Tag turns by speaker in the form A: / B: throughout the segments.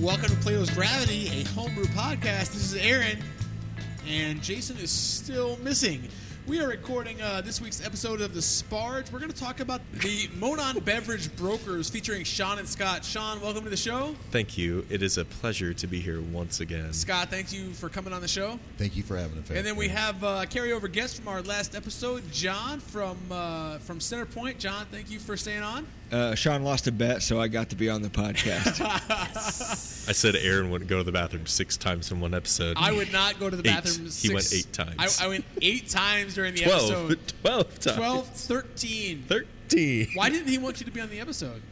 A: Welcome to Plato's Gravity, a homebrew podcast. This is Aaron, and Jason is still missing. We are recording uh, this week's episode of The Sparge. We're going to talk about the Monon Beverage Brokers featuring Sean and Scott. Sean, welcome to the show.
B: Thank you. It is a pleasure to be here once again.
A: Scott, thank you for coming on the show.
C: Thank you for having a fan.
A: And then we have uh, carryover guest from our last episode, John from uh, from Center Point. John, thank you for staying on.
D: Uh, Sean lost a bet, so I got to be on the podcast.
B: I said Aaron wouldn't go to the bathroom six times in one episode.
A: I would not go to the
B: Eight.
A: bathroom.
B: He
A: Six,
B: went eight times.
A: I, I went eight times during the
B: 12,
A: episode.
B: 12 times.
A: 12, 13.
B: 13.
A: Why didn't he want you to be on the episode?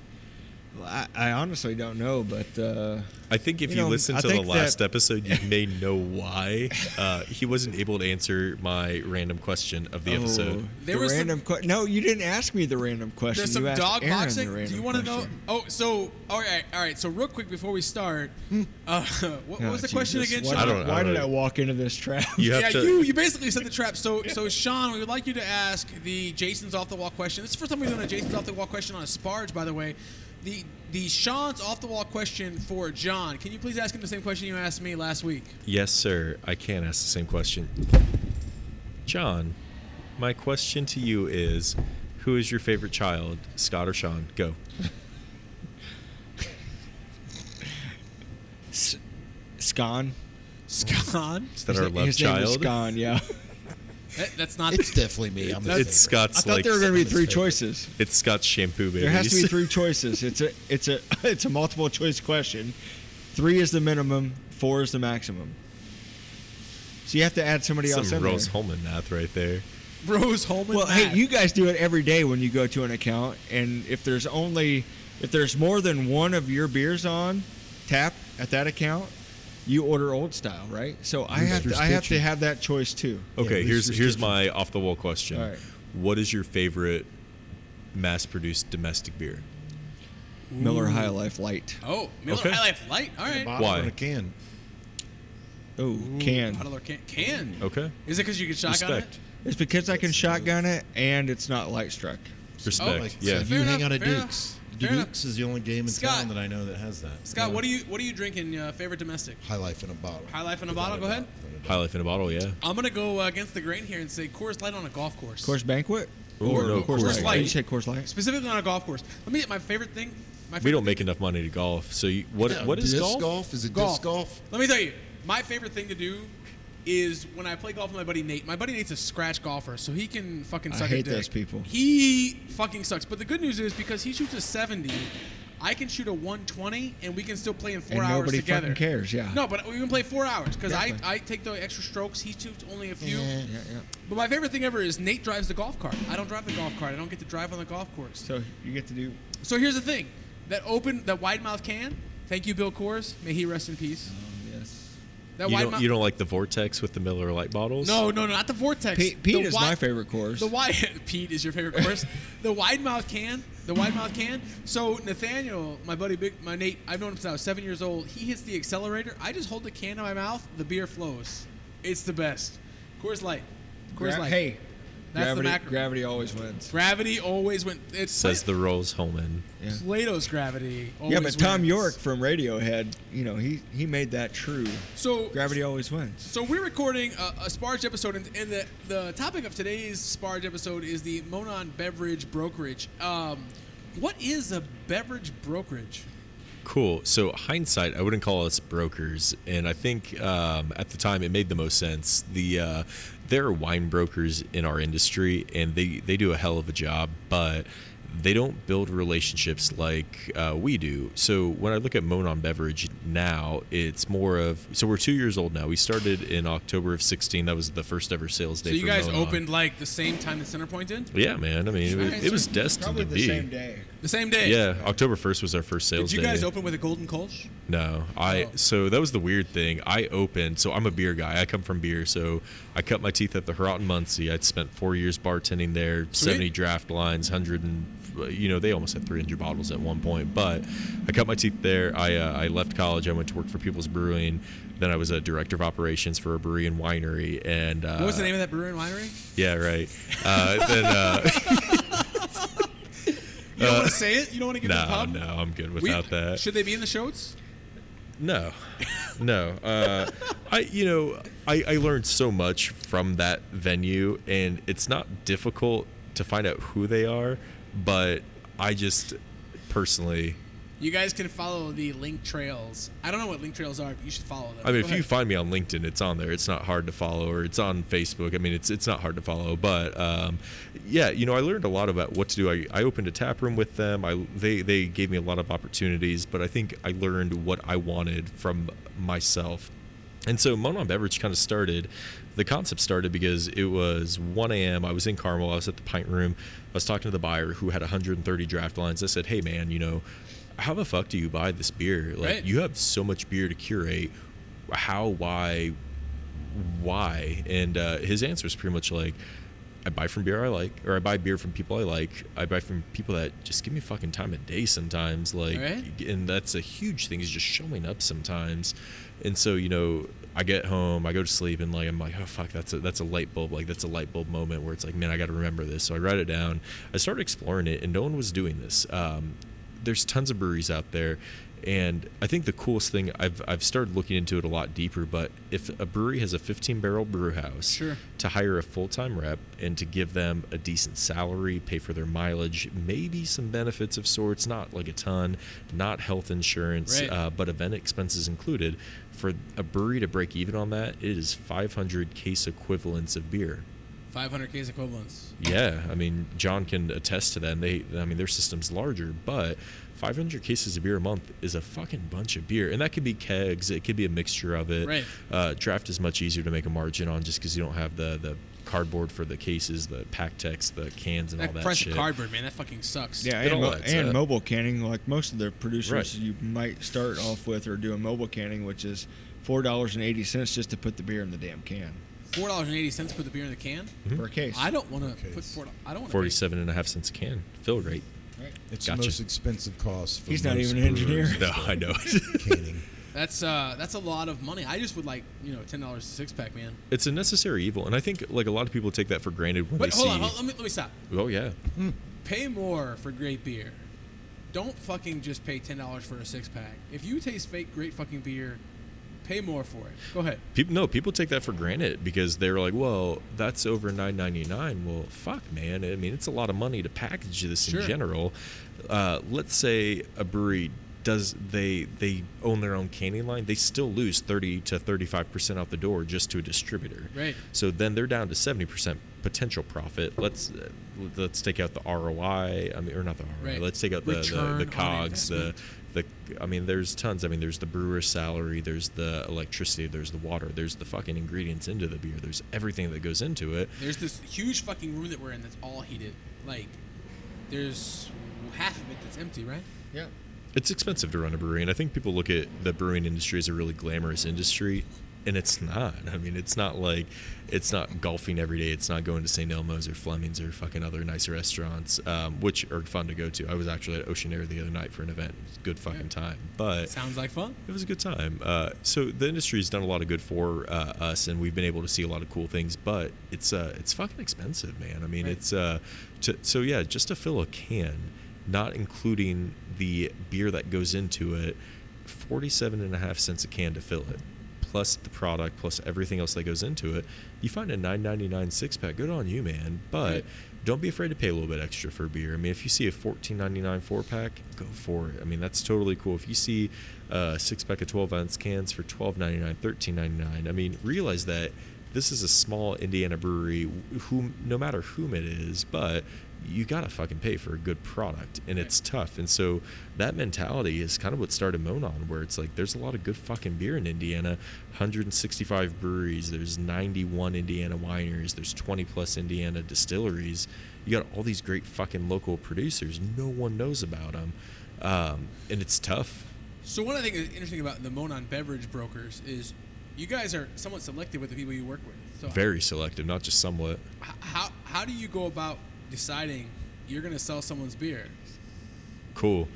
D: Well, I, I honestly don't know, but uh,
B: I think if you,
D: You know,
B: listen
D: I
B: to the
D: think
B: last
D: that-
B: episode, you may know why. Uh, he wasn't able to answer my random question of the episode.
D: Oh,
A: There
D: the
A: was some-
D: random. que- no, you didn't ask me the random question.
A: There's
D: you
A: some
D: asked
A: dog
D: Aaron the
A: boxing. Do
D: random
A: you want to know?
D: question.
A: Oh, so all right, all right. So real quick before we start, uh, what,
D: Hmm. Oh,
A: was the
D: Jesus,
A: question again?
D: Why,
A: Sean?
B: I
D: did-
B: don't- I
D: Why
B: don't
D: did I
B: know.
D: walk into this trap?
B: You have
A: yeah,
B: to.
A: you you basically set the trap. So so Sean, we would like you to ask the Jason's off the wall question. This is the first time we're doing a Jason's off the wall question on a sparge, by the way. The the Sean's off the wall question for John. Can you please ask him the same question you asked me last week?
B: Yes, sir. I can't ask the same question. John, my question to you is who is your favorite child, Scott or Sean? Go.
D: S- Scon.
A: Scon.
B: Is that
D: His
B: our
D: na-
B: love
D: his
B: child?
D: Name was Scon. Yeah.
A: That- that's not.
C: it's definitely me. I'm the
B: It's
C: favorite.
D: I
B: Scott's
D: thought
B: like
D: there were going to be
C: his
D: three
C: favorite.
D: choices.
B: It's Scott's shampoo babies.
D: There has to be three choices. It's a it's a it's a multiple choice question. Three is the minimum. Four is the maximum. So you have to add somebody else
B: Some
D: in
B: Rose
D: there.
B: Holman math right there.
A: Rose Holman.
D: Well,
A: Mack.
D: hey, you guys do it every day when you go to an account, and if there's only if there's more than one of your beers on tap at that account, you order old style, right? So I have to,
C: Rooster's
D: I have to
C: Kitchen.
D: have that choice too.
B: Okay,
C: Yeah,
B: here's
C: Rooster's
B: here's
C: Kitchen.
B: my off the wall question.
D: All right.
B: What is your favorite mass produced domestic beer?
D: Miller High Life Light.
A: Oh, Miller
B: Okay.
A: High Life Light. All right.
C: Bottle
B: Why?
C: in a can.
D: Oh,
A: Ooh,
D: can.
A: bottle or can. Can.
B: Okay.
A: Is it because you can shotgun
B: Respect.
A: it?
D: It's because I can
C: That's-
D: shotgun it, and it's not light struck.
B: Respect.
A: like-
B: yeah.
C: So if
A: Fair
C: you hang
A: enough,
C: out at
A: fair
C: Duke's.
A: enough, fair
C: Duke's is the only game in
A: Scott.
C: town that I know that has that.
A: Scott, what do you what do you drinking? Uh, favorite domestic?
C: High life in a bottle.
A: High Life in a bottle. Go ahead.
B: High life in a bottle, yeah.
A: I'm gonna go uh, against the grain here and say Coors Light on a golf course.
D: Course banquet
B: Ooh, no, Coors
A: Light.
D: You said course light.
A: Specifically on a golf course. Let me get my favorite thing. My favorite
B: We don't make enough money to golf. So you, what
C: Yeah,
B: what is
C: disc
B: golf?
C: Is it
A: golf.
C: disc golf?
A: Let me tell you, my favorite thing to do is when I play golf with my buddy Nate. My buddy Nate's a scratch golfer, so he can fucking
D: I
A: suck
D: hate
A: a dick.
D: those people.
A: He fucking sucks. But the good news is because he shoots a 70, I can shoot a 120, and we can still play in four
D: And
A: hours
D: nobody
A: together.
D: fucking cares, yeah.
A: No, but we can play four hours because
D: Exactly.
A: I, I take the extra strokes. He shoots only a few.
C: Yeah.
D: Yeah, yeah.
A: But my favorite thing ever is Nate drives the golf cart. I don't drive the golf cart. I don't get to drive on the golf course.
D: So you get to do.
A: So here's the thing: that open, that wide mouth can. Thank you, Bill Coors. May he rest in peace.
D: um, Yes.
A: That
B: you
A: wide
B: don't
A: mouth.
B: you don't like the vortex with the Miller light bottles?
A: No, no, no, not the vortex.
D: Pete, Pete
A: The
D: is
A: wi-
D: my favorite course.
A: The wide Pete is your favorite course. the wide mouth can. The wide mouth can. So Nathaniel, my buddy, big, my Nate. I've known him since I was seven years old. He hits the accelerator. I just hold the can in my mouth. The beer flows. It's the best. Coors Light. Coors
D: Gra-
A: Light.
D: hey,
A: That's the
D: gravity,
A: macro.
D: gravity always wins.
A: Gravity always went. It
B: Says the Rose Holman.
D: Yeah.
A: Plato's gravity. Always
D: yeah, but Tom
A: wins.
D: York from Radiohead, you know, he he made that true.
A: So
D: Gravity always wins.
A: So we're recording a, a Sparge episode, and, and the, the topic of today's Sparge episode is the Monon Beverage Brokerage. Um, what is a beverage brokerage?
B: Cool. So hindsight, I wouldn't call us brokers, and I think um, at the time it made the most sense. The uh, there are wine brokers in our industry, and they they do a hell of a job, but they don't build relationships like uh, we do. So when I look at Monon Beverage now, it's more of so we're two years old now. We started in October of sixteen. That was the first ever sales day.
A: so you
B: for
A: guys
B: Monon.
A: opened like the same time that Centerpoint did,
B: Yeah, man. I mean, it was, it was destined
D: Probably
B: to
D: the
B: be.
D: same day.
A: the same day.
B: Yeah, October first was our first sales
A: Did you
B: day.
A: guys open with a golden Kolsch?
B: No, I.
A: Oh.
B: So that was the weird thing. I opened. So I'm a beer guy. I come from beer. So I cut my teeth at the Herat in Muncie. I'd spent four years bartending there. Seventy draft lines, hundred and you know they almost had 300 bottles at one point. But I cut my teeth there. I uh, I left college. I went to work for People's Brewing. Then I was a director of operations for a brewery and winery. And uh,
A: What was the name of that brewery and winery?
B: Yeah, right. Uh, then. Uh,
A: You don't want to say it. You don't want to give
B: no,
A: the pub.
B: no, I'm good
A: We-
B: uh, without that.
A: Should they be in the shows?
B: No, no. Uh, I you know I, I learned so much from that venue, and it's not difficult to find out who they are, but I just personally,
A: You guys can follow the link trails. I don't know what link trails are, but you should follow them.
B: I mean,
A: Go
B: if you
A: ahead.
B: find me on LinkedIn, it's on there. It's not hard to follow, or it's on Facebook. I mean, it's it's not hard to follow, but um, yeah, you know, I learned a lot about what to do. I, I opened a tap room with them. I they they gave me a lot of opportunities, but I think I learned what I wanted from myself. And so Monon Beverage kind of started. The concept started because it was 1 a.m. I was in Carmel. I was at the pint room. I was talking to the buyer who had 130 draft lines. I said, "Hey, man, you know, how the fuck do you buy this beer? Like,
A: Right.
B: you have so much beer to curate. How? Why? why and uh, his answer is pretty much like i buy from beer i like or i buy beer from people i like i buy from people that just give me fucking time of day sometimes like
A: Right.
B: and that's a huge thing is just showing up sometimes and so you know i get home i go to sleep and like i'm like oh fuck that's a that's a light bulb like that's a light bulb moment where it's like man i gotta remember this so i write it down i started exploring it and no one was doing this um, there's tons of breweries out there and I think the coolest thing I've I've started looking into it a lot deeper, but if a brewery has a 15 barrel brew house,
A: Sure.
B: to hire a full time rep and to give them a decent salary, pay for their mileage, maybe some benefits of sorts, not like a ton, not health insurance,
A: Right.
B: uh, but event expenses included. For a brewery to break even on that, it is 500 case equivalents of beer.
A: 500 Ks equivalents.
B: Yeah, I mean, John can attest to that. And they, I mean, their system's larger, but 500 cases of beer a month is a fucking bunch of beer, and that could be kegs. It could be a mixture of it.
A: Right.
B: Uh, draft is much easier to make a margin on, just because you don't have the the cardboard for the cases, the pack text, the cans, and
A: That,
B: all that
A: price
B: shit.
A: of cardboard, man, that fucking sucks.
D: Yeah,
B: It
D: and,
B: all
D: mo-
B: adds
D: and
B: up.
D: mobile canning, like most of the producers
B: Right.
D: you might start off with are doing mobile canning, which is four dollars and eighty cents just to put the beer in the damn can
A: Four dollars and eighty cents for the beer in the can.
B: Hmm.
D: per case.
A: I don't want to
C: Okay.
A: put four. I don't want to.
B: 47 and a half cents a can fill rate.
C: It's
B: Gotcha.
C: the most expensive cost. For
D: He's not
C: most
D: even an engineer.
C: brewers.
B: No, I know.
C: Canning.
A: That's uh, that's a lot of money. I just would like you know ten dollars a six pack, man.
B: it's a necessary evil, and I think like a lot of people take that for granted when
A: But
B: they
A: hold
B: see.
A: on, hold, let me let me stop.
B: Oh yeah,
A: Pay more for great beer. Don't fucking just pay ten dollars for a six pack. If you taste fake great fucking beer, pay more for it. Go ahead.
B: People no, people take that for granted because they're like, well, that's over nine ninety nine. Well, fuck, man. I mean, it's a lot of money to package this
A: Sure.
B: in general. Uh, let's say a brewery does they they own their own canning line, they still lose thirty to thirty five percent out the door just to a distributor.
A: Right.
B: So then they're down to seventy percent potential profit. Let's uh, let's take out the ROI. I mean, or not the ROI.
A: Right.
B: Let's take out the the,
A: Return
B: the
A: on
B: cogs. The
A: investment.
B: the I mean, there's tons. I mean, there's the brewer's salary, there's the electricity, there's the water, there's the fucking ingredients into the beer, there's everything that goes into it.
A: There's this huge fucking room that we're in that's all heated. Like, there's half of it that's empty, right?
D: yeah.
B: It's expensive to run a brewery, and I think people look at the brewing industry as a really glamorous industry, and it's not. I mean, it's not like it's not golfing every day. It's not going to St. Elmo's or Fleming's or fucking other nice restaurants, um, which are fun to go to. I was actually at Ocean Air the other night for an event. It was a good fucking time, but
A: Sounds like fun.
B: it was a good time. Uh, so the industry's done a lot of good for uh, us, and we've been able to see a lot of cool things. But it's uh, it's fucking expensive, man. I mean,
A: Right.
B: it's uh, to, so yeah, just to fill a can, not including the beer that goes into it, forty-seven and a half cents a can to fill it, plus the product, plus everything else that goes into it. You find a nine ninety-nine six-pack, good on you, man. But
A: Right.
B: don't be afraid to pay a little bit extra for beer. I mean, if you see a fourteen ninety nine four pack, go for it. I mean, that's totally cool. If you see a six pack of twelve ounce cans for twelve ninety nine, thirteen ninety nine, I mean, realize that this is a small Indiana brewery. Whom, no matter whom it is, but you gotta fucking pay for a good product, and it's tough. And so that mentality is kind of what started Monon, where it's like there's a lot of good fucking beer in Indiana. 165 breweries. There's 91 Indiana wineries. There's 20 plus Indiana distilleries. You got all these great fucking local producers. No one knows about them, um, and it's tough.
A: So one of the things that's interesting about the Monon beverage brokers is you guys are somewhat selective with the people you work with. So
B: Very selective, not just somewhat.
A: h- how how do you go about deciding you're going to sell someone's beer?
B: Cool.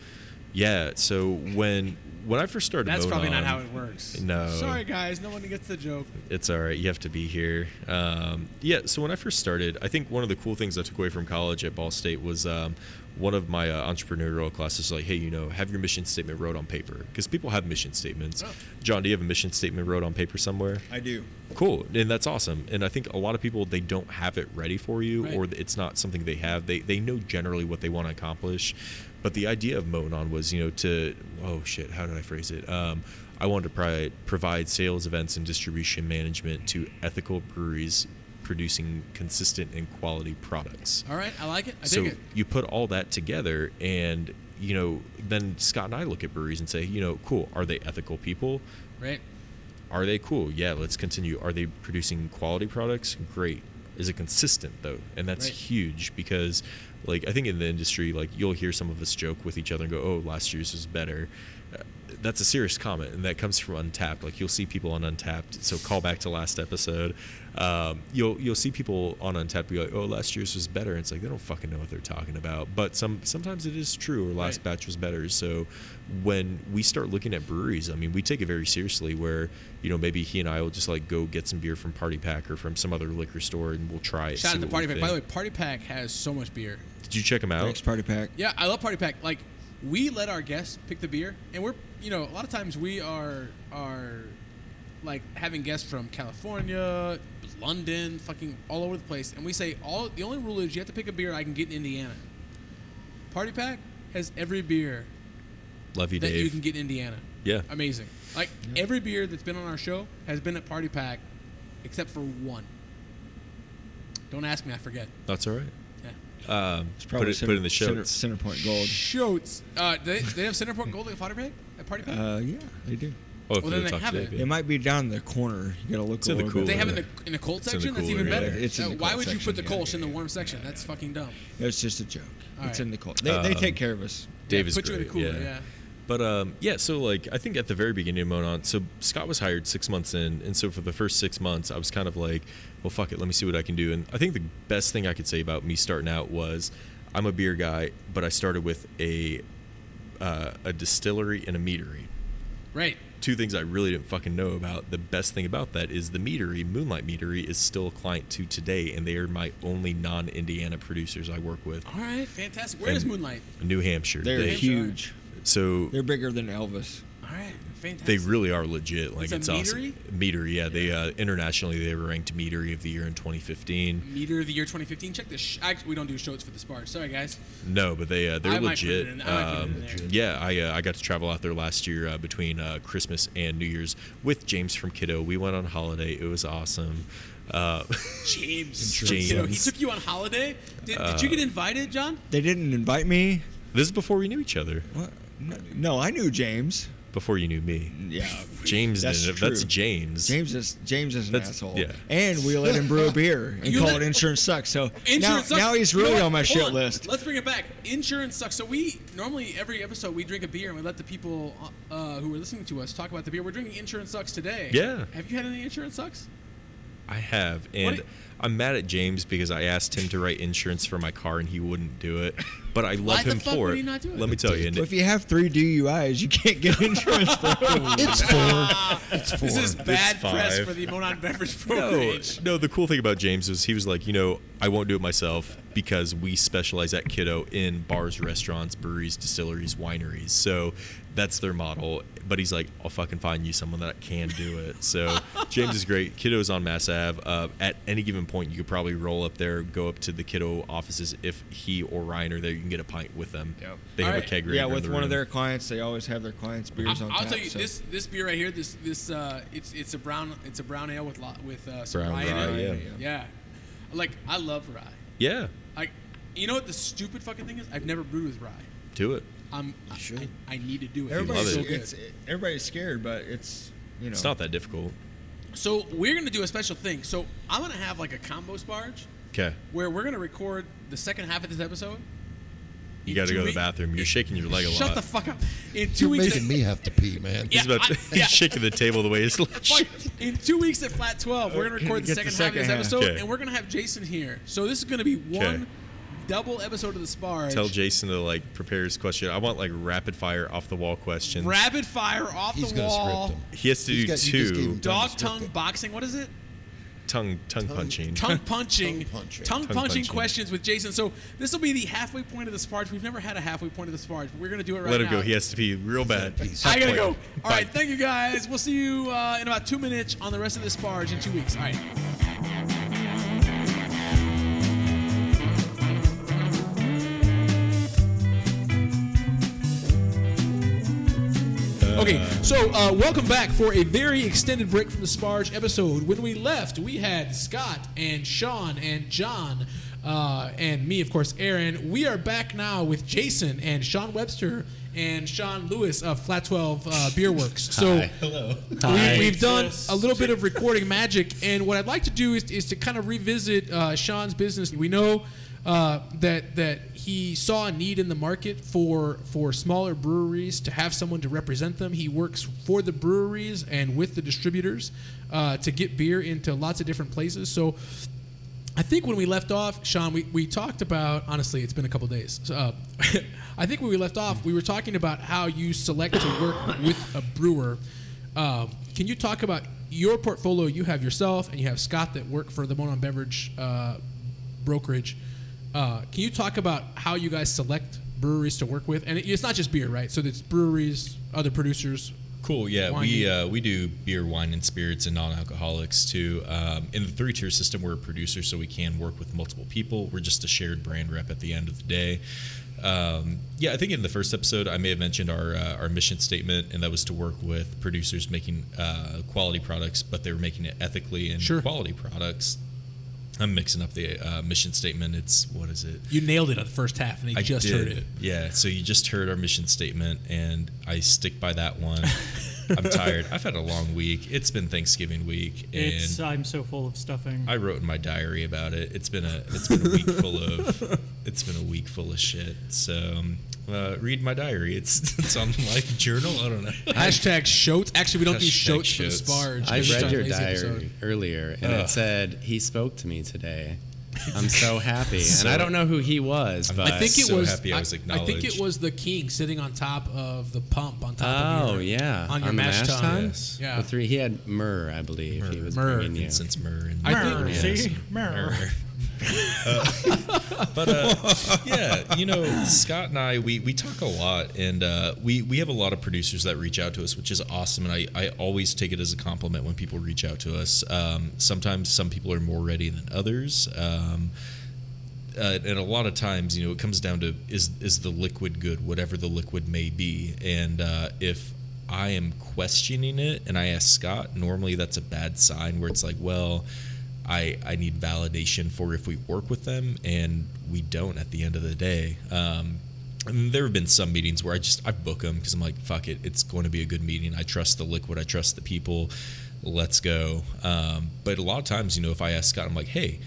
B: Yeah. So when when I first started,
A: That's probably not
B: Monon-
A: how it works.
B: No.
A: Sorry, guys. No one gets the joke.
B: It's all right. You have to be here. Um, yeah. So when I first started, I think one of the cool things I took away from college at Ball State was um, one of my uh, entrepreneurial classes. Like, hey, you know, have your mission statement wrote on paper because people have mission statements.
A: Oh.
B: John, do you have a mission statement wrote on paper somewhere?
D: I do.
B: Cool, and that's awesome. And I think a lot of people they don't have it ready for you,
A: Right.
B: or it's not something they have. They they know generally what they want to accomplish, but the idea of Monon was you know to oh shit, how did I phrase it? Um, I wanted to pri- provide sales events and distribution management to ethical breweries producing consistent and quality products
A: All right. I like it. I
B: so
A: dig it.
B: you put all that together and you know then scott and i look at breweries and say you know cool are they ethical people
A: Right.
B: are they cool yeah let's continue are they producing quality products great is it consistent though and that's
A: Right.
B: huge because like i think in the industry like you'll hear some of us joke with each other and go oh last year's was better Uh, that's a serious comment and that comes from untapped like you'll see people on untapped so call back to last episode um, you'll you'll see people on untapped be like oh last year's was better and it's like they don't fucking know what they're talking about but some sometimes it is true or last
A: Right.
B: batch batch was better. So when we start looking at breweries, I mean, we take it very seriously. Where you know maybe he and I will just like go get some beer from Party Pack or from some other liquor store, and we'll try it.
A: Shout
B: see
A: out to
B: what we
A: Party Pack. By the way,
B: think.
A: Party Pack has so much beer.
B: did you check them out?
D: Thanks, Party Pack.
A: Yeah, I love Party Pack. Like we let our guests pick the beer, and we're you know a lot of times we are are like having guests from California, London, fucking all over the place, and we say all the only rule is you have to pick a beer I can get in Indiana. Party Pack has every beer
B: Love you,
A: that
B: Dave.
A: you can get in Indiana.
B: Yeah.
A: amazing. Like every beer that's been on our show has been at Party Pack, except for one. Don't ask me, I forget.
B: That's all right.
A: Yeah.
B: Um,
D: It's
B: put
D: probably
B: it
D: center,
B: put it in the show.
D: Center,
B: notes.
D: center Point Gold.
A: Schultz. Uh, do they, do they have Centerport Gold at Party Pack? At Party Pack?
D: Uh, yeah, they do.
B: Oh, if
A: Well,
B: you
A: then they
B: talk to
A: have
B: Dave,
A: it.
B: yeah.
D: It might be down in the corner. You gotta look
B: It's
D: a
B: in the
D: little
B: cooler.
A: they have
D: bit.
A: it
B: it
A: in the in the cold
B: It's in the
A: section. That's
B: cooler,
A: even
B: yeah.
A: better.
D: It's in
A: Uh,
D: the
A: why would
D: cold
A: you put the
D: section, yeah,
A: Kolsch in the
D: yeah,
A: warm section? That's fucking dumb.
D: It's just a joke.
A: All
D: it's
A: right.
D: in the cooler. They,
B: Um,
D: they take care of us.
B: Dave
A: Yeah,
B: is
A: put you in
B: great.
A: the cooler,
B: yeah.
A: yeah.
B: But um, yeah, so like I think at the very beginning of Monon, so Scott was hired six months in, and so for the first six months, I was kind of like, well, fuck it, let me see what I can do. And I think the best thing I could say about me starting out was, I'm a beer guy, but I started with a uh, a distillery and a meadery
A: Right.
B: two things I really didn't fucking know about. The best thing about that is the meadery, Moonlight Meadery, is still a client to today, and they are my only non Indiana producers I work with.
A: All right. Fantastic. Where
B: And-
A: is Moonlight?
B: New Hampshire.
D: They're
B: They-
A: huge.
D: huge.
B: So
D: They're bigger than Elvis.
A: All right. Fantastic.
B: they really are legit. Like
A: It's
B: it's,
A: a
B: awesome. Meadery, yeah. They uh, internationally they were ranked Meadery of the Year in 2015.
A: Meter of the year 2015. Check this. Sh- I, we don't do shows for the spars. Sorry, guys.
B: No, but they uh, they're
A: I might put it
B: legit.
A: in- I might put it in
B: Um,
A: there.
B: yeah, I uh, I got to travel out there last year uh, between uh, Christmas and New Year's with James from Kiddo. We went on holiday. It was awesome. Uh,
A: James.
B: James. Uh,
A: You know, he took you on holiday. Did, did you get invited, John?
D: They didn't invite me.
B: This is before we knew each other.
D: What? No, no, I knew James.
B: Before you knew me.
D: Yeah,
B: James
D: That's
B: didn't.
D: true.
B: That's James.
D: James is James is an
B: That's-
D: asshole.
B: yeah.
D: And we let him brew a beer and
A: You
D: call
A: let-
D: it insurance sucks. So now,
A: Insurance sucks.
D: now he's
A: You know
D: really
A: what?
D: on my
A: Hold
D: shit list.
A: Let's bring it back. Insurance sucks. So we normally every episode we drink a beer and we let the people uh, who are listening to us talk about the beer. We're drinking insurance sucks today.
B: Yeah.
A: Have you had any insurance sucks?
B: I have, and
A: What-
B: I'm mad at James because I asked him to write insurance for my car and he wouldn't do it. But I love
A: the
B: him
A: fuck
B: for
A: would
B: it.
A: he not do it?
B: Let me tell you.
D: Well, if you have three DUIs, you can't get insurance. bro.
C: It's four. It's four.
A: This is bad press
B: five.
A: for the Monon Beverage
B: no,
A: Brokerage.
B: no, the cool thing about James is he was like, you know, I won't do it myself because we specialize at Kiddo in bars, restaurants, breweries, distilleries, wineries. So that's their model. But he's like, I'll fucking find you someone that can do it. So James is great. Kiddo's on Mass Ave. Uh, at any given point, you could probably roll up there, go up to the Kiddo offices. If he or Ryan are there, you can get a pint with them.
D: Yep.
B: They
A: All
B: have
A: right.
B: a keg
D: yeah,
B: ranger in
D: with
B: the
D: one of
B: room.
D: their clients, they always have their clients' beers
A: I'll,
D: on
A: I'll
D: tap,
A: tell you
D: so-
A: this this beer right here this this uh, it's it's a brown it's a brown ale with lot with uh, some
B: Brown
A: rye in
B: rye,
A: it.
B: yeah.
A: yeah, like I love rye.
B: Yeah,
A: Like you know what the stupid fucking thing is? I've never brewed with rye.
B: do it.
A: I'm I,
D: should.
A: I, I need to do it.
D: Everybody's,
A: It's
B: love
A: so
B: it.
A: good.
D: it's, it- everybody's scared, but it's you know.
B: It's not that difficult.
A: So we're gonna do a special thing. So I'm gonna have like a combo sparge
B: Okay.
A: where we're gonna record the second half of this episode.
B: You
A: In
B: got to
A: two
B: go to the
A: week-
B: bathroom. You're shaking your leg a lot.
A: Shut the fuck up. In 2
C: You're
A: weeks,
C: making me have to pee, man.
A: Yeah.
B: He's about to,
A: I- yeah.
B: he's shaking the table the way his leg
A: Fuck. in two weeks at Flat 12, we're going to
D: Okay,
A: record the
D: get
A: second,
D: the
A: half
D: second
A: of this
D: half.
A: episode,
B: Okay.
A: and we're going to have Jason here. So this is going to be one double episode of the Sparge.
E: Tell Jason to like prepare his question. I want like rapid fire off the wall questions.
A: Rapid fire off
C: He's
A: the
C: gonna script
A: wall.
C: them.
E: he has to
C: He's
E: do
C: got- you just gave
E: two
C: him-
A: Dog
C: Don't
A: tongue
C: script it.
A: boxing. What is it?
E: tongue tongue
C: Tongue-
E: punching.
A: Tongue punching.
C: Tongue punching.
A: Tongue
E: Tongue
A: punching
E: punching.
A: questions with Jason. So this will be the halfway point of the Sparge. We've never had a halfway point of the Sparge, but we're gonna do it right
E: Let him
A: now.
E: go. He has to pee real bad.
C: Peace.
A: I gotta go. All
E: Halfway.
A: right,
E: Bye.
A: thank you guys. We'll see you uh, in about two minutes on the rest of this barge in two weeks. All right.
E: Uh,
A: Okay, so uh, welcome back for a very extended break from the Sparge episode. When we left, we had Scott and Sean and John uh, and me, of course, Aaron. We are back now with Jason and Sean Webster and Sean Lewis of Flat 12 uh, Beer Works. So
E: Hello.
A: we, we've done a little bit of recording magic, and what I'd like to do is, is to kind of revisit uh, Sean's business. We know uh, that that he saw a need in the market for for smaller breweries to have someone to represent them. He works for the breweries and with the distributors uh, to get beer into lots of different places. So. I think when we left off, Sean, we, we talked about honestly, it's been a couple days. So, uh, I think when we left off, we were talking about how you select to work with a brewer. Um, can you talk about your portfolio? You have yourself, and you have Scott that work for the Monon Beverage uh, brokerage. Uh, can you talk about how you guys select breweries to work with? And it, it's not just beer, right? So it's breweries, other producers.
B: Cool. Yeah,
A: Wine
B: we
A: beer.
B: uh, we do beer, wine, and spirits, and non-alcoholics too. Um, in the three-tier system, we're a producer, so we can work with multiple people. We're just a shared brand rep at the end of the day. Um, yeah, I think in the first episode, I may have mentioned our uh, our mission statement, and that was to work with producers making uh, quality products, but they were making it ethically and
A: Sure.
B: quality products. I'm mixing up the uh, mission statement. It's what is it?
A: You nailed it on the first half, and they just heard it.
B: Yeah, so you just heard our mission statement, and I stick by that one. I'm tired. I've had a long week. It's been Thanksgiving week, and
F: It's I'm so full of stuffing.
B: I wrote in my diary about it. It's been a it's been a week full of it's been a week full of shit. So um, uh, read my diary. It's it's on my journal. I don't know.
A: Hashtag shotes. Actually, we don't do
B: Hashtag
A: shotes for the
B: shotes.
A: Sparge.
G: I
A: It's
G: read
A: on
G: your
A: Lazy
G: diary
A: episode.
G: earlier, and
B: Ugh.
G: it said he spoke to me today. I'm so happy, and I don't know who he was, but
A: I think it
B: so
A: was.
B: happy I was
A: think it
B: acknowledged.
A: was the king sitting on top of the pump on top. of
G: oh
A: your,
G: yeah,
A: on your
G: the
A: mash tun.
G: tun?
B: Yes.
A: Yeah.
G: The three he had myrrh, I believe he was
A: Myrrh.
G: bringing you.
B: Vincent's Myrrh and
A: I think-
F: Mirror,
G: Yes.
F: see? Mirror.
B: but uh, yeah, you know, Scott and I, we, we talk a lot, and uh, we we have a lot of producers that reach out to us, which is awesome. And I, I always take it as a compliment when people reach out to us. Um, sometimes some people are more ready than others. Um, uh, and a lot of times, you know, it comes down to is is the liquid good, whatever the liquid may be, and uh, if I am questioning it, and I ask Scott, normally that's a bad sign where it's like, well, I I need validation for if we work with them, and we don't at the end of the day. Um, and there have been some meetings where I just I book them because I'm like, fuck it, it's going to be a good meeting. I trust the liquid, I trust the people. Let's go. Um, but a lot of times, you know, if I ask Scott, I'm like, hey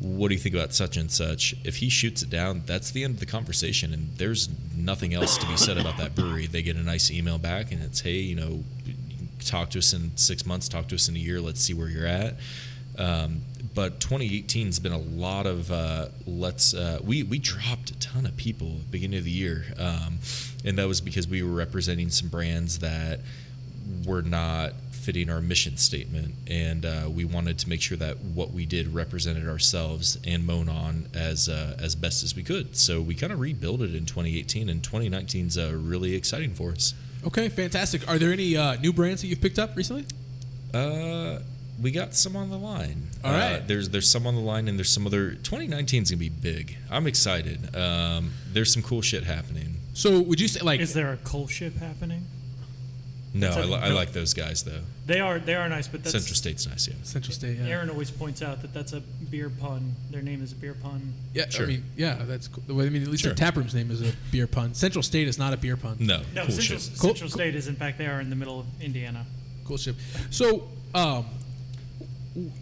B: what do you think about such and such? If he shoots it down, that's the end of the conversation, and there's nothing else to be said about that brewery. They get a nice email back, and it's, hey, you know, talk to us in six months, talk to us in a year, let's see where you're at. Um, but 2018's been a lot of uh, let's. Uh, we we dropped a ton of people at the beginning of the year, um, and that was because we were representing some brands that were not fitting our mission statement, and uh, we wanted to make sure that what we did represented ourselves and Monon as uh, as best as we could. So we kind of rebuilt it in 2018, and 2019 is uh, really exciting for us.
A: Okay, fantastic. Are there any uh, new brands that you've picked up recently?
B: Uh, we got some on the line.
A: All
B: Uh,
A: right.
B: there's there's some on the line, and there's some other. 2019 is gonna be big. I'm excited. Um, there's some cool shit happening.
A: So would you say like
F: Is there a coal ship happening?
B: No,
F: That's
B: I, li- I
F: a-
B: like those guys though.
F: They are they are nice, but that's
B: Central State's nice, yeah.
A: Central State? Yeah,
F: Aaron always points out that that's a beer pun. Their name is a beer pun.
A: yeah
B: Sure.
A: I mean, yeah, that's cool. Well, I mean, at least
B: Sure.
A: the taproom's name is a beer pun. Central State is not a beer pun.
B: No,
F: No,
B: cool
F: Central,
B: shit.
F: Central
A: Cool- cool.
F: State is in fact they are in the middle of Indiana.
A: Cool ship. So, um,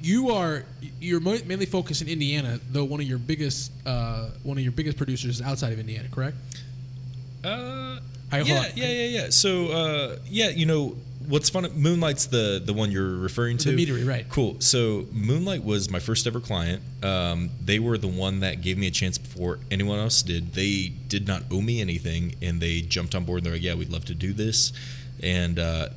A: you are you're mo- mainly focused in Indiana, though one of your biggest uh, one of your biggest producers is outside of Indiana, correct?
B: Uh,
A: I- hold
B: yeah,
A: on.
B: yeah, yeah, yeah. So, uh, yeah, you know, what's fun? Moonlight's the the one you're referring to.
H: The meadery, right.
B: Cool. So Moonlight was my first ever client. Um, they were the one that gave me a chance before anyone else did. They did not owe me anything, and they jumped on board. and They're like, "Yeah, we'd love to do this," and. Uh,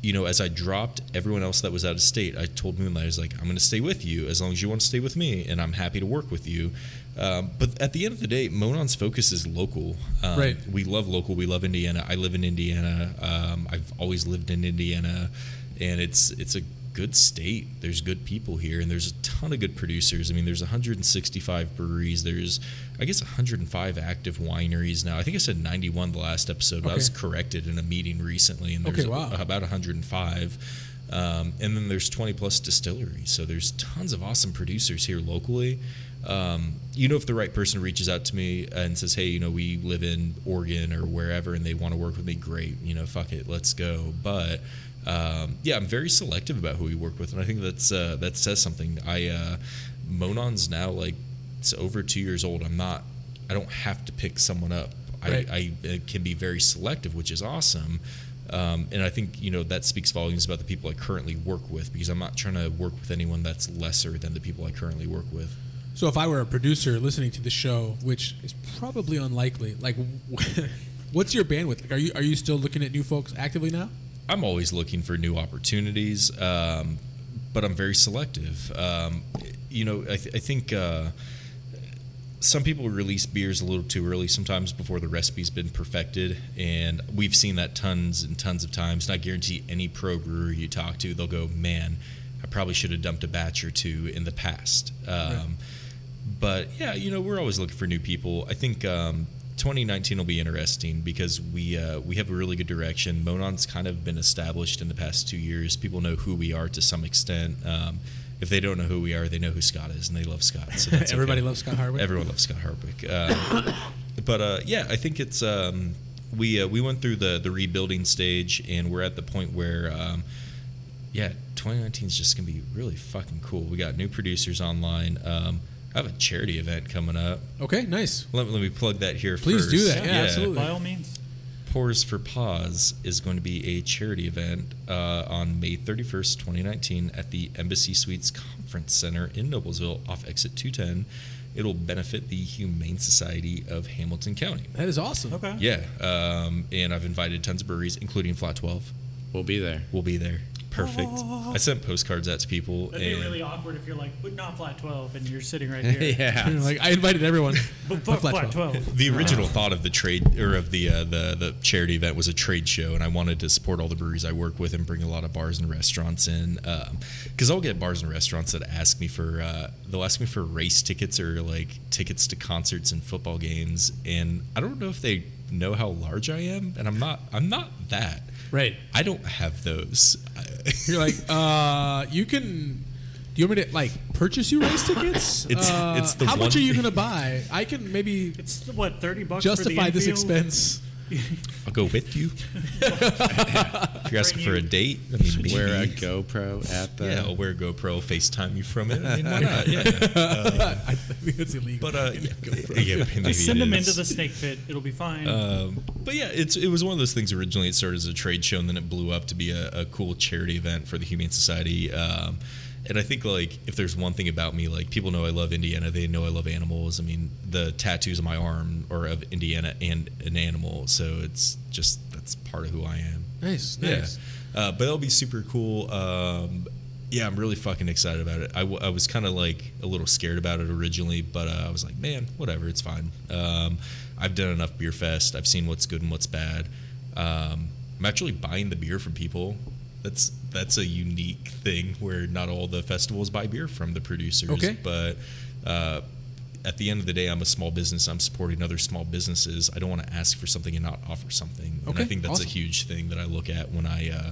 B: you know, as I dropped everyone else that was out of state, I told Moonlight, I was like, I'm going to stay with you as long as you want to stay with me, and I'm happy to work with you. Um, but at the end of the day, Monon's focus is local. Um,
H: Right.
B: we love local. We love Indiana. I live in Indiana. Um, I've always lived in Indiana, and it's it's a good state. There's good people here, and there's a ton of good producers. I mean, there's 165 breweries. There's I guess 105 active wineries now. I think I said 91 the last episode, but I was
H: Okay.
B: corrected in a meeting recently, and there's
H: Okay, wow.
B: about 105. Um, and then there's 20 plus distilleries. So there's tons of awesome producers here locally. Um, you know, if the right person reaches out to me and says, hey, you know, we live in Oregon or wherever and they want to work with me, great. You know, fuck it, let's go. But um, yeah, I'm very selective about who we work with. And I think that's uh, that says something. I uh, Monon's now like it's over two years old. I'm not, I don't have to pick someone up.
H: Right.
B: I, I uh, can be very selective, which is awesome. Um, and I think you know that speaks volumes about the people I currently work with because I'm not trying to work with anyone that's lesser than the people I currently work with.
H: So if I were a producer listening to the show, which is probably unlikely, like, what's your bandwidth? Like, are you are you still looking at new folks actively now?
B: I'm always looking for new opportunities, um, but I'm very selective. Um, you know, I, th- I think uh, some people release beers a little too early sometimes before the recipe's been perfected, and we've seen that tons and tons of times. And I guarantee any pro brewer you talk to, they'll go, "Man, I probably should have dumped a batch or two in the past." Um, but yeah, you know, we're always looking for new people. I think um, 2019 will be interesting because we uh, we have a really good direction. Monon's kind of been established in the past two years. People know who we are to some extent. Um, if they don't know who we are, they know who Scott is, and they love Scott. So that's
H: Everybody
B: okay.
H: loves Scott Hardwick.
B: Everyone loves Scott Hardwick. Uh, but uh, yeah, I think it's um, we uh, we went through the the rebuilding stage, and we're at the point where. Um, yeah, 2019 is just gonna be really fucking cool. We got new producers online. Um, I have a charity event coming up.
H: Okay, nice.
B: Let, let me plug that here.
H: Please
B: first.
H: do that. Yeah, absolutely.
F: By all means.
B: Pours for Paws is going to be a charity event uh, on May 31st, 2019, at the Embassy Suites Conference Center in Noblesville, off exit 210. It'll benefit the Humane Society of Hamilton County.
H: That is awesome.
F: Okay.
B: Yeah, um, and I've invited tons of breweries, including Flat 12.
G: We'll be there.
B: We'll be there. Perfect. I sent postcards out to people.
F: That'd be
B: and-
F: really awkward if you're like, but not flat 12, and you're sitting right here.
G: Yeah.
H: Like I invited everyone. But
F: But, but
H: flat
F: flat,
H: 12.
F: 12.
B: The original thought of the trade or of the uh, the the charity event was a trade show, and I wanted to support all the breweries I work with and bring a lot of bars and restaurants in, because I'll get bars and restaurants that ask me for uh, they'll ask me for race tickets or like tickets to concerts and football games, and I don't know if they know how large I am, and I'm not I'm not that
H: Right.
B: I don't have those. I-
H: You're like, uh, you can. Do you want me to like purchase you race tickets?
B: It's-
H: Uh,
B: it's the
H: how much are
B: one
H: you
B: thing-
H: gonna buy? I can maybe
F: It's what, 30 bucks
H: justify
F: for the
H: this
F: infield?
H: expense.
B: I'll go with you. if you're asking for a date, I mean,
G: Wear a
B: maybe.
G: GoPro at the.
A: oh,
B: Yeah, I'll wear a GoPro, FaceTime you from it. I mean, why not? Yeah.
H: I think it's illegal.
B: But uh, yeah, yeah, maybe
F: Just send
B: it
F: them
B: is.
F: into the snake pit. It'll be fine.
B: Um, but yeah, it's it was one of those things. Originally, it started as a trade show, and then it blew up to be a, a cool charity event for the Humane Society. Um, and I think like if there's one thing about me, like people know I love Indiana. They know I love animals. I mean, the tattoos on my arm are of Indiana and an animal, so it's just that's part of who I am.
H: nice, nice.
B: uh, Yeah. Uh, but that'll be super cool. Um, yeah, I'm really fucking excited about it. I, w- I was kind of like a little scared about it originally, but uh, I was like, man, whatever, it's fine. Um, I've done enough beer fest. I've seen what's good and what's bad. Um, I'm actually buying the beer from people. That's that's a unique thing where not all the festivals buy beer from the producers,
H: Okay.
B: but. Uh, at the end of the day, I'm a small business. I'm supporting other small businesses. I don't want to ask for something and not offer something. And I
H: Okay,
B: think that's
H: awesome.
B: a huge thing that I look at when I uh,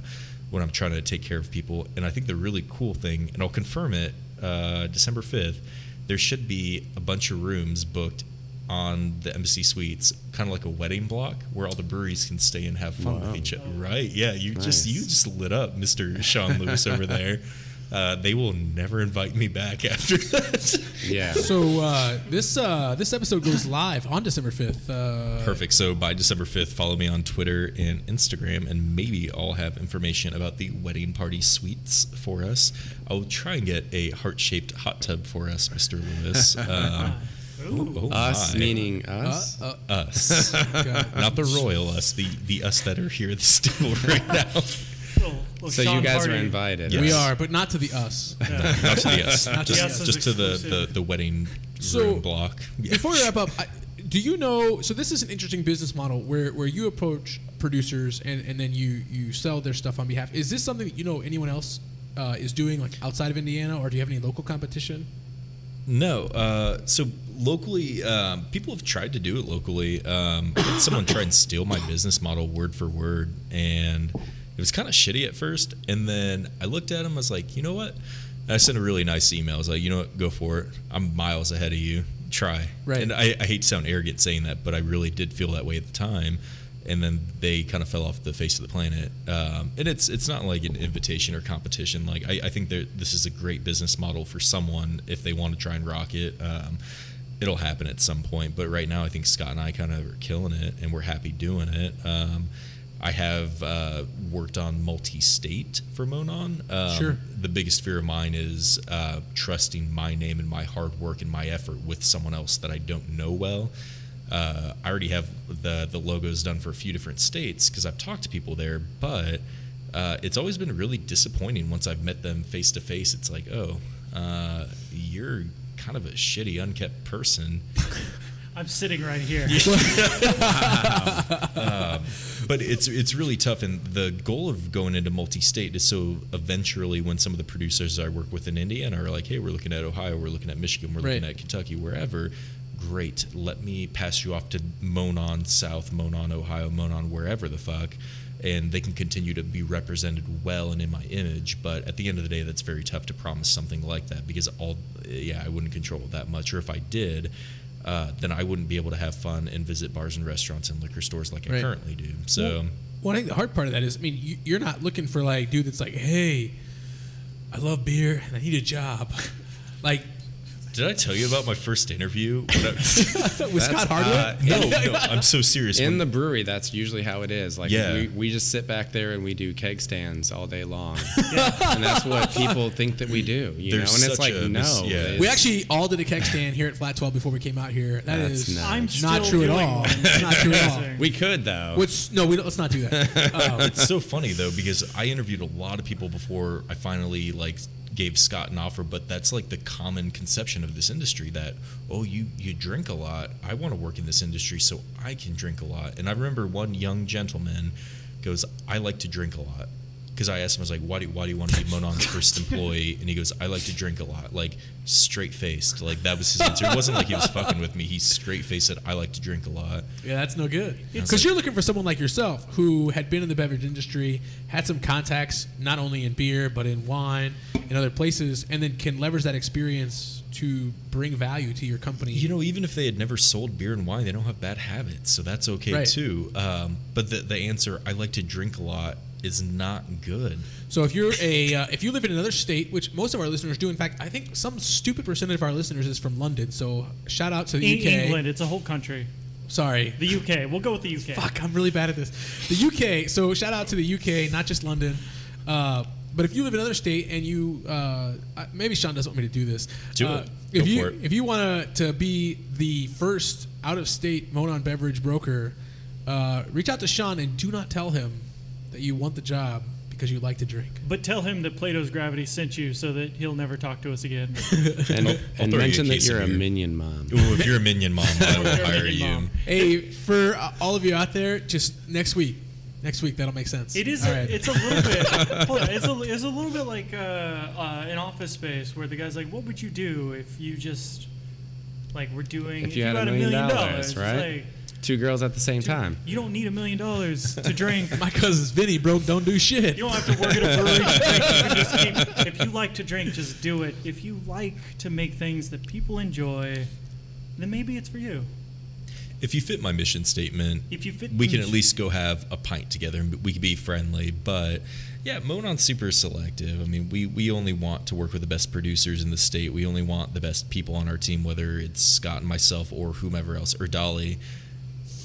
B: when I'm trying to take care of people. And I think the really cool thing, and I'll confirm it, uh, December 5th, there should be a bunch of rooms booked on the embassy suites, kind of like a wedding block where all the breweries can stay and have fun with each other. Right? Yeah, you just
G: Nice.
B: you just lit up, Mr. Sean Lewis over there. uh, they will never invite me back after that.
G: Yeah.
A: So uh, this uh, this episode goes live on December fifth. Uh,
B: Perfect. So by December 5th, follow me on Twitter and Instagram, and maybe I'll have information about the wedding party suites for us. I'll try and get a heart shaped hot tub for us, Mr. Lewis. Um, oh, oh
G: Us
B: my.
G: meaning us.
A: uh,
B: us.
H: uh,
B: Not the royal us, the, the us that are here at this table right now.
F: Little- little
G: so you
F: Sean
G: guys
F: Party.
G: are invited.
B: Yes.
A: We are, but not to the us.
B: Not to the us.
A: Not to
B: just
A: the us
F: is
B: just to the, the,
F: exclusive.
B: the wedding
A: So,
B: room block. Yeah.
A: Before we wrap up, I, do you know? So this is an interesting business model where, where you approach producers and, and then you you sell their stuff on behalf. Is this something that you know anyone else uh, is doing, like outside of Indiana, or do you have any local competition?
B: No. Uh, so locally, um, people have tried to do it locally. Um, I had someone tried and steal my business model word for word, and it was kind of shitty at first. And then I looked at him, I was like, you know what? And I sent a really nice email. I was like, you know what? Go for it. I'm miles ahead of you. Try.
A: Right.
B: And I, I hate to sound arrogant saying that, but I really did feel that way at the time. And then they kind of fell off the face of the planet. Um, and it's it's not like an invitation or competition. Like I, I think that this is a great business model for someone if they want to try and rock it. Um, it'll happen at some point. But right now, I think Scott and I kind of are killing it, and we're happy doing it. Um, I have uh, worked on multi-state for Monon. Um,
A: Sure.
B: The biggest fear of mine is uh, trusting my name and my hard work and my effort with someone else that I don't know well. Uh, I already have the the logos done for a few different states because I've talked to people there, but uh, it's always been really disappointing once I've met them face to face. It's like, oh, uh, you're kind of a shitty, unkept person.
F: I'm sitting right here.
B: But it's it's really tough, and the goal of going into multi-state is so eventually, when some of the producers I work with in Indiana are like, "Hey, we're looking at Ohio, we're looking at Michigan, we're looking
A: Right.
B: at Kentucky, wherever." Great, let me pass you off to Monon South, Monon Ohio, Monon wherever the fuck, and they can continue to be represented well and in my image. But at the end of the day, that's very tough to promise something like that because all, yeah, I wouldn't control it that much, or if I did. Uh, then I wouldn't be able to have fun and visit bars and restaurants and liquor stores like I
A: Right.
B: currently do. So,
A: Well, I think the hard part of that is, I mean, you, you're not looking for like dude that's like, hey, I love beer and I need a job, like
B: Did I tell you about my first interview? When I-
A: with Scott Hardwood.
B: Uh, no, no, I'm so serious.
G: In
B: When-
G: the brewery, that's usually how it is. Like
B: Yeah.
G: we, we just sit back there and we do keg stands all day long, and that's what people think that we do. You
B: There's
G: know, and it's
B: such
G: like
B: a
G: no.
B: mis- yeah.
G: it's-
A: we actually all did a keg stand here at Flat 12 before we came out here. That
G: That's
A: is
G: nuts.
F: I'm
A: not
F: still
A: true at
F: doing
A: all.
F: one.
A: It's not true at all.
G: we could though.
A: Which no, we don't, let's not do that. Um,
B: it's so funny though because I interviewed a lot of people before I finally like gave Scott an offer, but that's like the common conception of this industry that oh you you drink a lot. I want to work in this industry so I can drink a lot. And I remember one young gentleman goes, "I like to drink a lot." Because I asked him, I was like, why do, why do you want to be Monon's first employee? And he goes, I like to drink a lot. Like, straight faced. Like, that was his answer. It wasn't like he was fucking with me. He straight faced said, I like to drink a lot.
A: yeah, that's no good. Because you're looking for someone like yourself who had been in the beverage industry, had some contacts not only in beer but in wine and other places, and then can leverage that experience to bring value to your company.
B: You know, even if they had never sold beer and wine, they don't have bad habits, so that's okay
A: Right.
B: too. Um, but the, the answer, I like to drink a lot, is not good.
A: So if you're a uh, if you live in another state, which most of our listeners do, in fact, I think some stupid percentage of our listeners is from London. So shout out to the
F: In
A: UK.
F: England, it's a whole country.
A: Sorry,
F: The UK. We'll go with the UK.
A: Fuck, I'm really bad at this. The UK. So shout out to the UK, not just London. Uh, but if you live in another state and you, uh, I- maybe Sean doesn't want me to do this.
B: Do
A: Uh,
B: it.
A: If
B: Go
A: you
B: for it.
A: if you want to be the first out of state Monon beverage broker, uh, reach out to Sean and do not tell him that you want the job because you like to drink.
F: But tell him that Plato's gravity sent you so that he'll never talk to us again.
G: and and
B: throw you a
G: mention that
B: case of
G: you're a
B: beer.
G: minion mom.
B: Ooh, if you're a minion mom, I will
F: You're a
B: hire
F: minion
B: you.
F: mom.
A: Hey, for uh, all of you out there, just next week. Next week, that'll make sense.
F: It is.
A: All
F: A,
A: right.
F: It's a little bit. hold on, it's, a, it's a little bit like uh, uh, an office space where the guy's like, "What would you do if you just like we're doing?
G: If you had a million dollars,
F: It's
G: right?
F: like,
G: Two girls at the same time.
F: you don't need a million dollars to drink.
A: My cousin's Vinny broke. Don't do shit.
F: You don't have to work at a brewery. You can just keep- if you like to drink, just do it. If you like to make things that people enjoy, then maybe it's for you.
B: if you fit my mission statement,
F: If you fit
B: we
F: the
B: can at
F: mission-
B: least go have a pint together and we can be friendly. But yeah, Monon's super selective. I mean, we we only want to work with the best producers in the state. We only want the best people on our team, whether it's Scott and myself or whomever else or Dolly.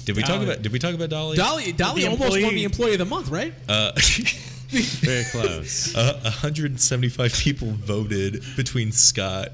B: Did we talk
A: Dolly.
B: about? Did we talk about Dolly?
A: Dolly, Dolly
F: The
A: almost won
F: employee-
A: the Employee of the Month, right?
G: Very close.
B: Uh, 175 people voted between Scott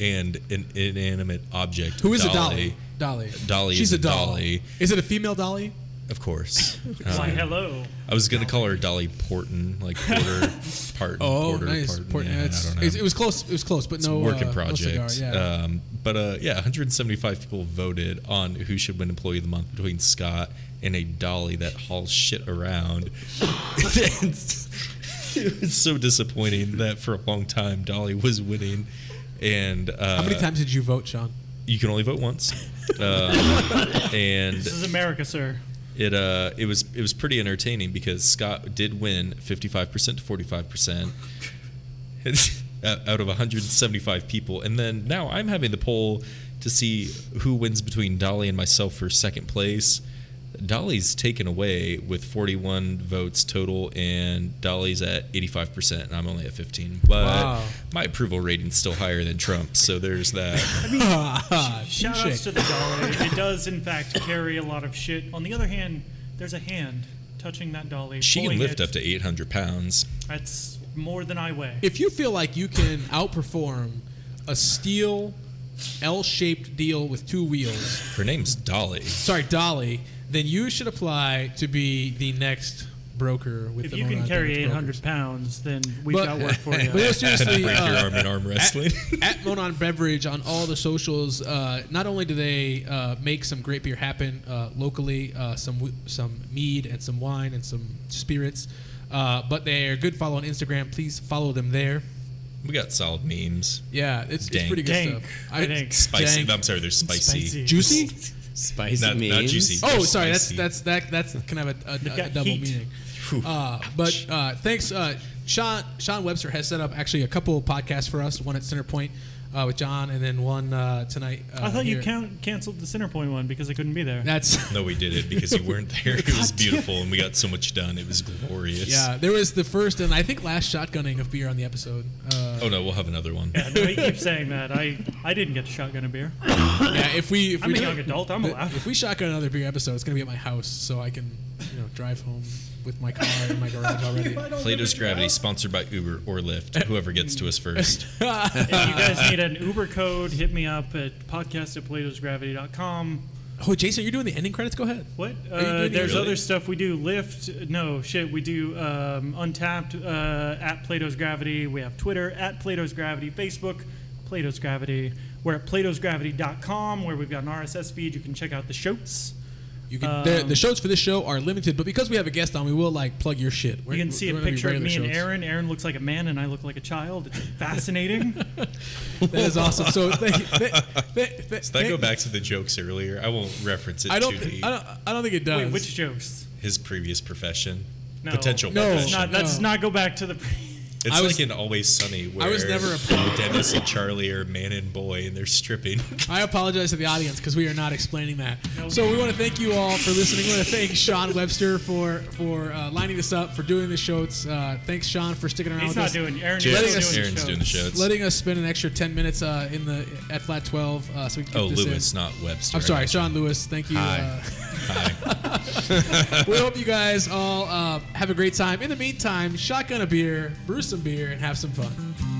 B: and an inanimate object.
A: Who is a Dolly? Dolly.
B: Dolly
A: She's
B: is
A: a
B: a
A: doll.
B: Dolly.
A: Is it a female Dolly?
B: Of course.
F: It's like,
B: Um,
F: hello.
B: I was gonna call her Dolly Porton, like Porter, Parton.
A: Oh,
B: Porter,
A: nice.
B: Parton,
A: Port-
B: yeah, I
A: it's-
B: don't know.
A: it's- it was close. It was close, but
B: It's
A: no
B: a
A: uh,
B: working project.
A: No cigar, yeah.
B: um, but uh, yeah, 175 people voted on who should win Employee of the Month between Scott and a Dolly that hauls shit around. it was so disappointing that for a long time Dolly was winning, and uh,
A: How many times did you vote, Sean?
B: you can only vote once. Um, and
F: This is America, sir.
B: it uh it was it was pretty entertaining because Scott did win 55% to 45% out of 175 people and then now I'm having the poll to see who wins between Dolly and myself for second place. Dolly's taken away with 41 votes total and Dolly's at 85% and I'm only at 15. But
A: Wow.
B: my approval rating's still higher than Trump's, so there's that.
F: Shout outs to the dolly. It does, in fact, carry a lot of shit. On the other hand, there's a hand touching that dolly.
B: She can
F: pulling
B: lift
F: it.
B: up to 800 pounds.
F: That's more than I weigh.
A: if you feel like you can outperform a steel L-shaped deal with two wheels,
B: Her name's Dolly.
A: sorry, Dolly, then you should apply to be the next broker with
F: If
A: the
F: you can
A: Monadnock
F: carry
A: Brokers.
F: 800 pounds, then we've
A: But-
F: got work for you.
A: But no, seriously,
B: Break your
A: uh,
B: arm in arm wrestling.
A: at Monon Beverage on all the socials. Uh, not only do they uh, make some great beer happen uh, locally, uh, some w- some mead and some wine and some spirits, uh, but they're good follow on Instagram. Please follow them there.
B: We got solid memes.
A: Yeah, it's, it's
B: Dank.
A: pretty good
F: Dank,
A: stuff.
F: I think.
B: Spicy.
A: Dank.
B: I'm sorry, they're spicy.
F: Spicy.
A: Juicy?
G: Spicy
B: Not- not
G: memes?
B: juicy.
A: Oh,
B: They're
A: sorry.
B: spicy.
A: That's that's that that's kind of a, a, a
F: got
A: double
F: heat.
A: meaning. Uh, but uh, thanks, uh, Sean. Sean Webster has set up actually a couple of podcasts for us. One at Centerpoint uh, with John, and then one uh, tonight. Uh,
F: I thought you
A: here.
F: count, canceled the center point one because I couldn't be there.
A: That's
B: No, we did it because you weren't there. It was beautiful, and we got so much done. It was glorious.
A: Yeah, there was the first and I think last shotgunning of beer on the episode. Uh,
B: Oh no, we'll have another one.
F: Yeah, no, you keep saying that. I, I didn't get to shotgun a beer.
A: yeah, if we if
F: I'm
A: we
F: a
A: do-
F: young adult. I'm allowed.
A: if we shotgun another beer episode, it's gonna be at my house, so I can you know drive home with my car in my garage already.
B: Plato's Gravity, sponsored by Uber or Lyft. Whoever gets to us first.
F: If you guys need an Uber code, hit me up at podcast at platosgravity.com.
A: Oh, Jason, you're doing the ending credits. Go ahead.
F: What?
A: Are you
F: Uh,
A: doing
F: there's
A: it?
F: other stuff we do. Lyft. No, shit. We do um, Untapped uh, at Plato's Gravity. We have Twitter at Plato's Gravity. Facebook, Plato's Gravity. We're at platosgravity.com where we've got an RSS feed. You can check out the shows.
A: You can the,
F: Um,
A: the shows for this show are limited, but because we have a guest on, we will like plug your shit. We're-
F: You can see a
A: we're gonna be
F: picture of
A: regular
F: me and
A: shows.
F: Aaron. Aaron looks like a man and I look like a child. It's fascinating.
A: That is awesome. So thank you. Th- th- th-
B: Does that go back to the jokes earlier? I won't reference it
A: I don't,
B: too
A: thi-
B: deep.
A: I don't. I don't think it does.
F: Wait, which jokes?
B: His previous profession,
F: No.
B: potential
A: No.
B: profession.
F: Let's not, let's
A: No.
F: not go back to the. Pre-
B: it's
A: I was-
B: like in Always Sunny where
A: I was never a-
B: Dennis and Charlie are man and boy, and they're stripping.
A: I apologize to the audience because we are not explaining that.
F: No.
A: So we want to thank you all for listening. We want to thank Sean Webster for for uh, lining this up, for doing the show. It's, Uh, thanks, Sean, for sticking around
F: He's
A: with
F: not
A: us,
F: doing. Aaron's
A: Letting
B: Aaron's
A: us-
F: doing,
B: Aaron's doing the shows.
A: letting us spend an extra ten minutes uh, in the at flat twelve. Uh, so we can
B: oh,
A: get this in.
B: Lewis, not Webster.
A: I'm
B: I
A: sorry,
B: got you.
A: Sean Lewis. Thank you.
G: Hi.
A: Uh, we hope you guys all uh, have a great time. In the meantime, shotgun a beer, brew some beer, and have some fun.